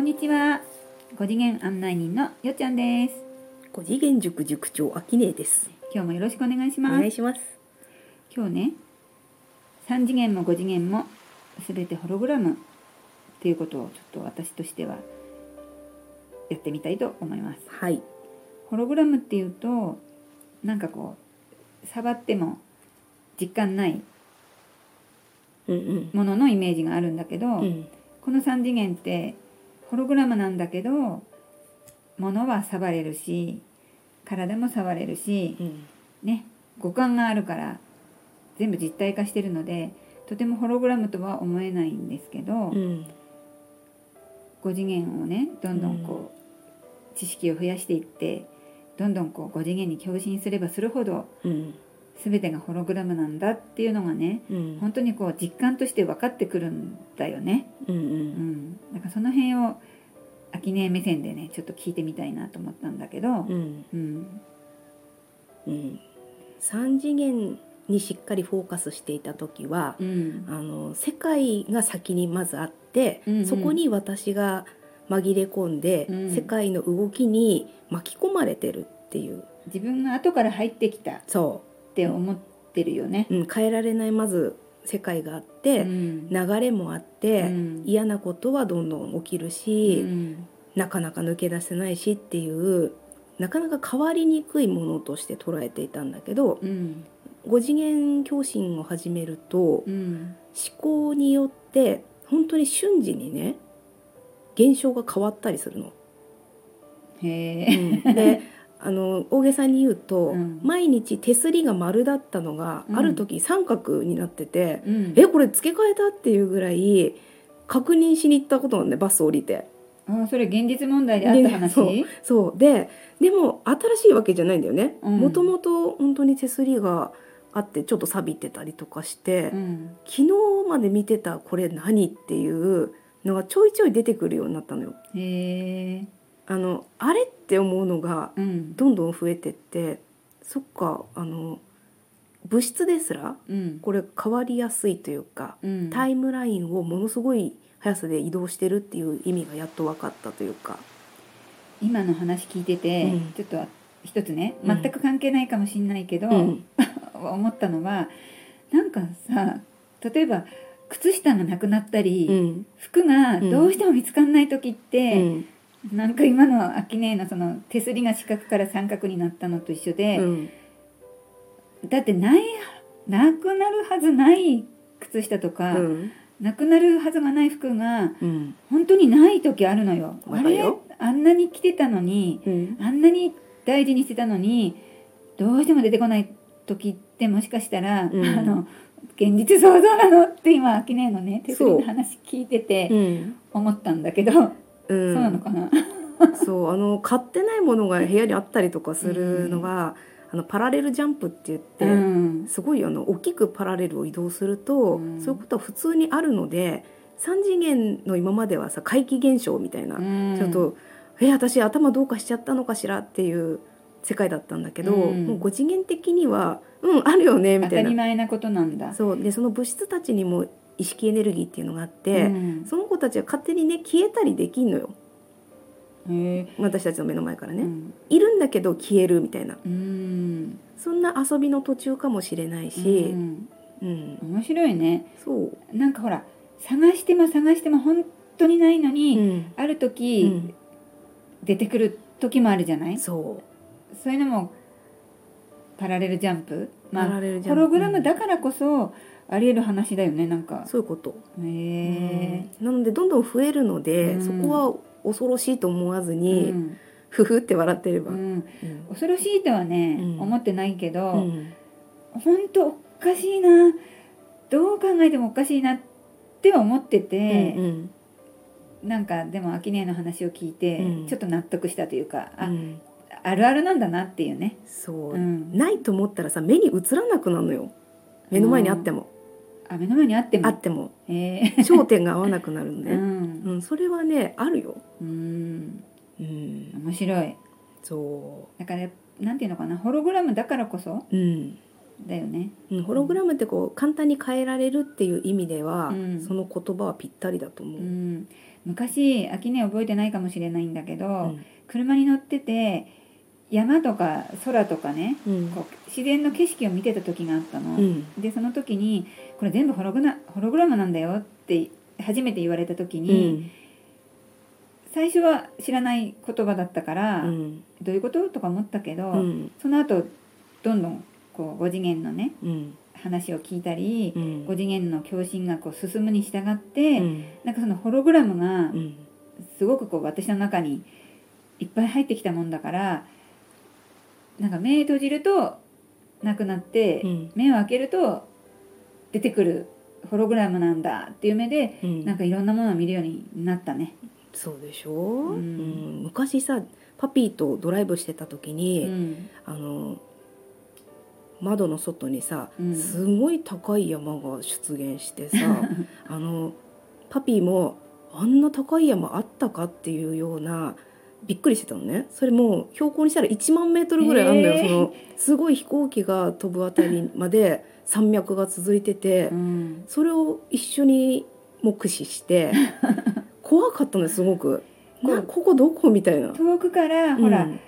んにちは。5次元案内人のよっちゃんです。五次元塾塾長あきねえです。今日もよろしくお願いしおます。願いします。今日ね、3次元も5次元も全てホログラムっていうことをちょっと私としてはやってみたいと思います。はい。ホログラムっていうと、なんかこう、触っても実感ないうんもののイメージがあるんだけど、うん。うん。この3次元ってホログラムなんだけど物は触れるし体も触れるしう、ん。ね、五感があるから全部実体化してるのでとてもホログラムとは思えないんですけど、うん。 5次元をねどんどんこう、知識を増やしていってどんどんこう5次元に共振すればするほどうん。全てがホログラムなんだっていうのがねうん。本当にこう実感として分かってくるんだよね。う。うんん、なんかその辺を秋音目線でねちょっと聞いてみたいなと思ったんだけど、うん。うんうん。三次元にしっかりフォーカスしていた時は、うんあの世界が先にまずあって、うんうんそこに私が紛れ込んで、うん世界の動きに巻き込まれてるっていう。自分が後から入ってきたっそて思ってるよね。う。うん。変えられないまず世界があって、うん流れもあって、うん嫌なことはどんどん起きるし、うんなかなか抜け出せないしっていうなかなか変わりにくいものとして捉えていたんだけどうん5次元共振を始めると思うん考によって本当に瞬時にね現象が変わったりするの。へうえ、んであの大げさに言うと、うん毎日手すりが丸だったのが、うんある時三角になってて、うん、えこれ付け替えたっていうぐらい確認しに行ったことなんでバス降りて。あそれ現実問題であった話、ねそうででも新しいわけじゃないんだよねうんもともと本当に手すりがあってちょっと錆びてたりとかして、うん、昨日まで見てたこれ何っていうのがちょいちょい出てくるようになったのよ。へえ、あのあれって思うのがうんどんどん増えてってそっかあの物質ですらうんこれ変わりやすいというか、うん、タイムラインをものすごい速さで移動してるっていう意味がやっと分かったというか。今の話聞いてて、うんちょっと一つねうん全く関係ないかもしれないけど、うん 思ったのはなんかさ例えば靴下がなくなったり、うん服がどうしても見つかんない時っうて、んなんか今の秋音のその手すりが四角から三角になったのと一緒で、うんだってないなくなるはずない靴下とか、うんなくなるはずがない服がうん本当にない時あるのよ。わあかるれよあんなに着てたのにうんあんなに大事にしてたのにどうしても出てこない時ってもしかしたら、うんあの現実想像なのって今秋音のね手すりの話聞いててうん思ったんだけど、うそうなのかんな、 そうあの買ってないものが部屋にあったりとかするのが、あのパラレルジャンプって言って、うんすごいあの大きくパラレルを移動すると、うんそういうことは普通にあるので3次元の今まではさ怪奇現象みたいな、うんちょっと「え私頭どうかしちゃったのかしら」っていう世界だったんだけど、うんもう5次元的には「うんあるよね」み当たたいりな。前なことなんだ。そうでその物質たちにも意識エネルギーっていうのがあって、うんその子たちは勝手にね消えたりできんのよへえ私たちの目の前からね、うんいるんだけど消えるみたいなうんそんな遊びの途中かもしれないしう、んうん面白いねそう、なんかほら探しても探しても本当にないのに、んある時、出てくる時もあるじゃないそうそういうのもパラレルジャンプ、パまラレルあ、ジャホンプログラムだからこそありえる話だよねなんうかん。そういうこと、へえうんなのでどんどん増えるので、うんそこは恐ろしいと思わずうに、んふふって笑ってれば、ううんん、恐ろしいとはね、うん思ってないけど、うん本当おかしいなどう考えてもおかしいなっては思っててう、んなんかでも秋音の話を聞いて、うんちょっと納得したというかあ,、うんあるあるなんだなっていうね、そう、うん、ないと思ったらさ目に映らなくなるのよ目の前にあっても、あ目の前にあってもあってもえ焦点が合わなくなるのーね、うんうん、それはねあるよ。うんうん、面白いそ、だからなんていうのかなホログラムだからこそううん、だよねうんホログラムってこう簡単に変えられるっていう意味では、うんその言葉はぴったりだと思うう。ん昔秋音覚えてないかもしれないんだけど、うん車に乗ってて山とか空とかねうんこう自然の景色を見てた時があったの、うんでその時に「これ全部ホログラホログラムなんだよ」って初めて言われた時に、最初は知らない言葉だったから、うんどういうこととか思ったけど、うんその後どんどんこう5次元のねうん話を聞いたり、うん5次元の共振がこう進むに従って、うんなんかそのホログラムがうんすごくこう私の中にいっぱい入ってきたもんだからなんか目閉じるとなくなって、うん目を開けると出てくるホログラムなんだっていう目でうんなんかいろんなものを見るようになったね。そうでしょう、うんん、昔さパピーとドライブしてた時に、うんあの窓の外にさ、うんすごい高い山が出現して さあのパピーもあんな高い山あったかっていうようなびっくりしてたのねそれもう標高にしたら1万メートルぐらいあるんだよ、へーそのすごい飛行機が飛ぶあたりまで山脈が続いてて、うんそれを一緒に目視して 怖かったのよすごく。なここどこみたいな。遠くからほら、うん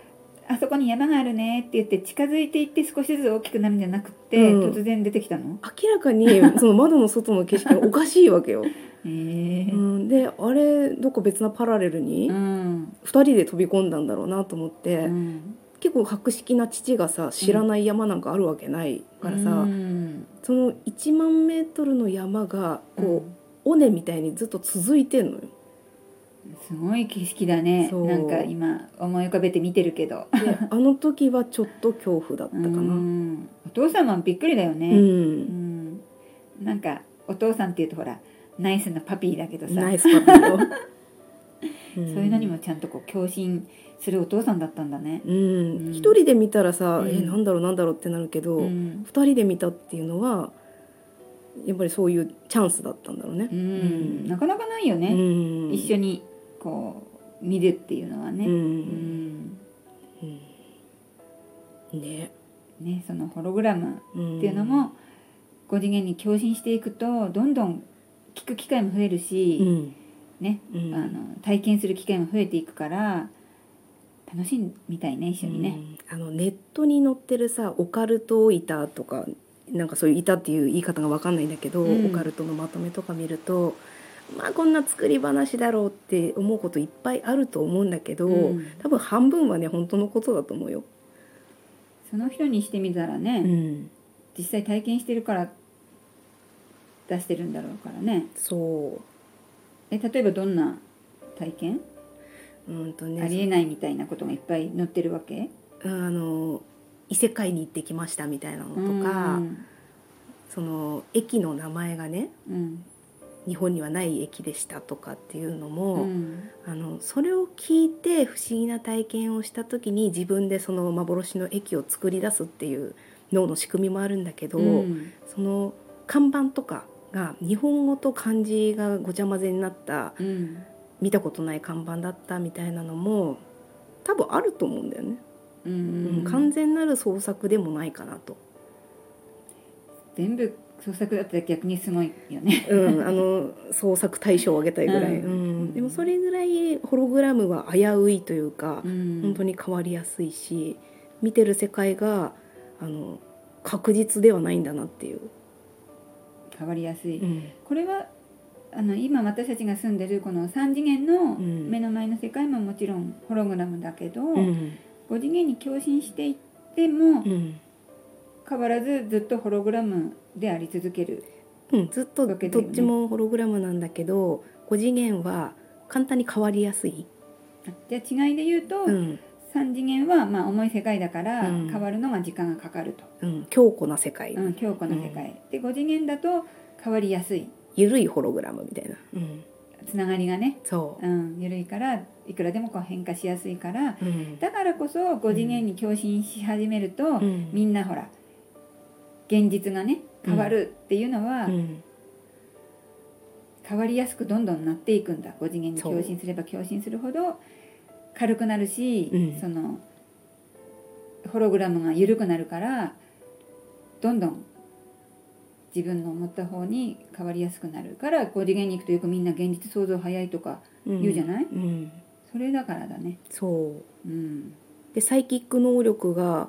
あそこに山があるねって言って近づいていって少しずつ大きくなるんじゃなくって、うん突然出てきたの明らかにその窓の外の景色がおかしいわけ よ。へえうん、であれどこ別なパラレルにうん2人で飛び込んだんだろうなと思って、うん結構博識な父がさ知らない山なんかあるわけないからさ、うんその1万メートルの山がこう、尾根みたいにずっと続いてんのよ。すごい景色だねそうなんか今思い浮かべて見てるけど であの時はちょっと恐怖だったかな。ううんんお父さんもびっくりだよね、うんなんかお父さんっていうとほらナイスなパピーだけどさ、ナイスパピーよう んそういうのにもちゃんとこう共振するお父さんだったんだね、うんうん一人で見たらさ、うんえなんだろうなんだろうってなるけど、うん二人で見たっていうのはやっぱりそういうチャンスだったんだろうね。うんうんなかなかないようね、ん一緒ににこう見るっていうのはね、うんうんうんね、ね、そのホログラムうんっていうのも、5次元に共振していくとどんどん聞く機会も増えるうし、んねうんあの体験する機会も増えていくから楽しみたいね一緒にね。うんあのネットに載ってるさオカルト板とかなんかそういう板っていう言い方がわかんないんだけど、うんオカルトのまとめとか見るとまあこんな作り話だろうって思うこといっぱいあると思うんだけど、うん多分半分はね本当のことだと思うよ。その人にしてみたらね、うん、実際体験してるから出してるんだろうからね。そえ例えばどんな体験、ううんとねありえないみたいなことがいっぱい載ってるわけあの異世界に行ってきましたみたいなのとか、うんその駅の名前がねうん日本にはない駅でしたとかっていうのうも、んあのそれを聞いて不思議な体験をした時に自分でその幻の駅を作り出すっていう脳の仕組みもあるんだけど、うんその看板とかが日本語と漢字がごちゃ混ぜになったうん見たことない看板だったみたいなのも多分あると思うんだよね、ううんん完全なる創作でもないかなと。全部創作だったら逆にすごいよね。うん、あの創作対象をあげたいぐらい、ううんんでもそれぐらいホログラムは危ういというか、本本当に変わりやすいし見てる世界があの確実ではないんだなっていう、変わりやすい、んこれはあの今私たちが住んでるこの3次元のうん目の前の世界ももちろんホログラムだけど、うん5次元に共振していってもうん変わらずずっとホログラムであり続ける。ずっとどわけっだよねちもホログラムなんだけど5次元は簡単に変わりやすい、あじゃあ違いで言うと、うん3次元はまあ重い世界だからうん変わるのが時間がかかると、うん、強固な世界、うん、強固な世界、で5次元だと変わりやすい緩いホログラムみたいな、うん、つながりがね、そうん、緩いからいくらでもこう変化しやすいからう、うんだからこそ5次元に共振し始めると、んみんなほら現実がね変わるっていうのは、うん変わりやすくどんどんなっていくんだ5次元に共振すれば共振するほど軽くなるし、うんそのホログラムが緩くなるからどんどん自分の思った方に変わりやすくなるからこう次元に行くとよくみんな現実想像早いとか言うじゃないうん、それだからだねそうんうでサイキック能力が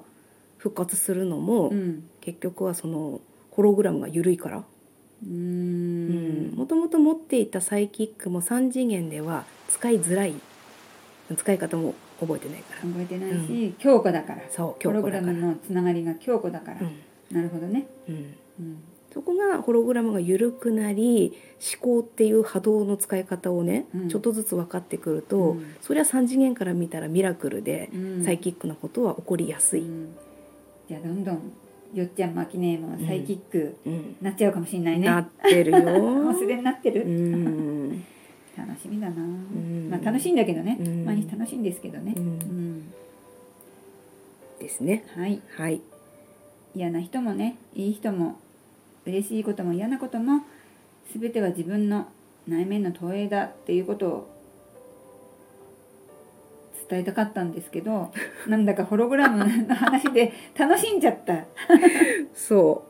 復活するのも、うん結局はそのホログラムが緩いからうーもんともと持っていたサイキックも3次元では使いづらい使い方も覚えてないから覚えてないし、強固だからそうプ強ロ固グだラからムのつながりが強固だから、うんなるほどね、うん、うんそこがホログラムが緩くなり思考っていう波動の使い方をね、うんちょっとずつ分かってくると、うんそりゃ3次元から見たらミラクルで、うん、サイキックなことは起こりやすうい、んじゃあどんどんよっちゃんもあきねえもサイキックうんなっちゃうかもしれないね、なっ てるよもうすでになってる、うん楽しみだな、んまあ楽しいんだけどね、うん毎日楽しいんですけどね、ううんんですねはいはい嫌な人もねいい人も嬉しいことも嫌なことも全ては自分の内面の投影だっていうことを伝えたかったんですけ どなんだかホログラムの話で楽しんじゃったそ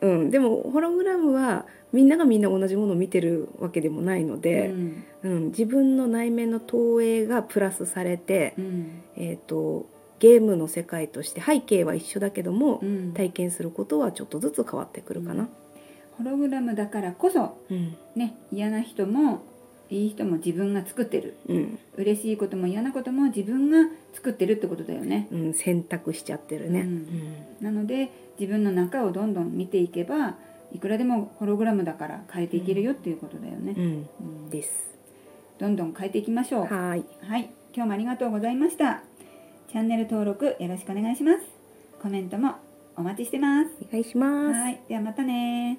う、うん、でもホログラムはみんながみんな同じものを見てるわけでもないのうで、んうん自分の内面の投影がプラスされてう、んえー、とゲームの世界として背景は一緒だけども、うん体験することはちょっとずつ変わってくるかな。ホログラムだからこそうんね嫌な人もいい人も自分が作ってるうん嬉しいことも嫌なことも自分が作ってるってことだよねうん、選択しちゃってるね。うんなので自分の中をどんどん見ていけばいくらでもホログラムだから変えていけるよっていうことだようんね、うんうんです。どんどん変えていきましょうはーいはい今日もありがとうございましたチャンネル登録よろしくお願いしますコメントもお待ちしてますお願いします。はいではまたね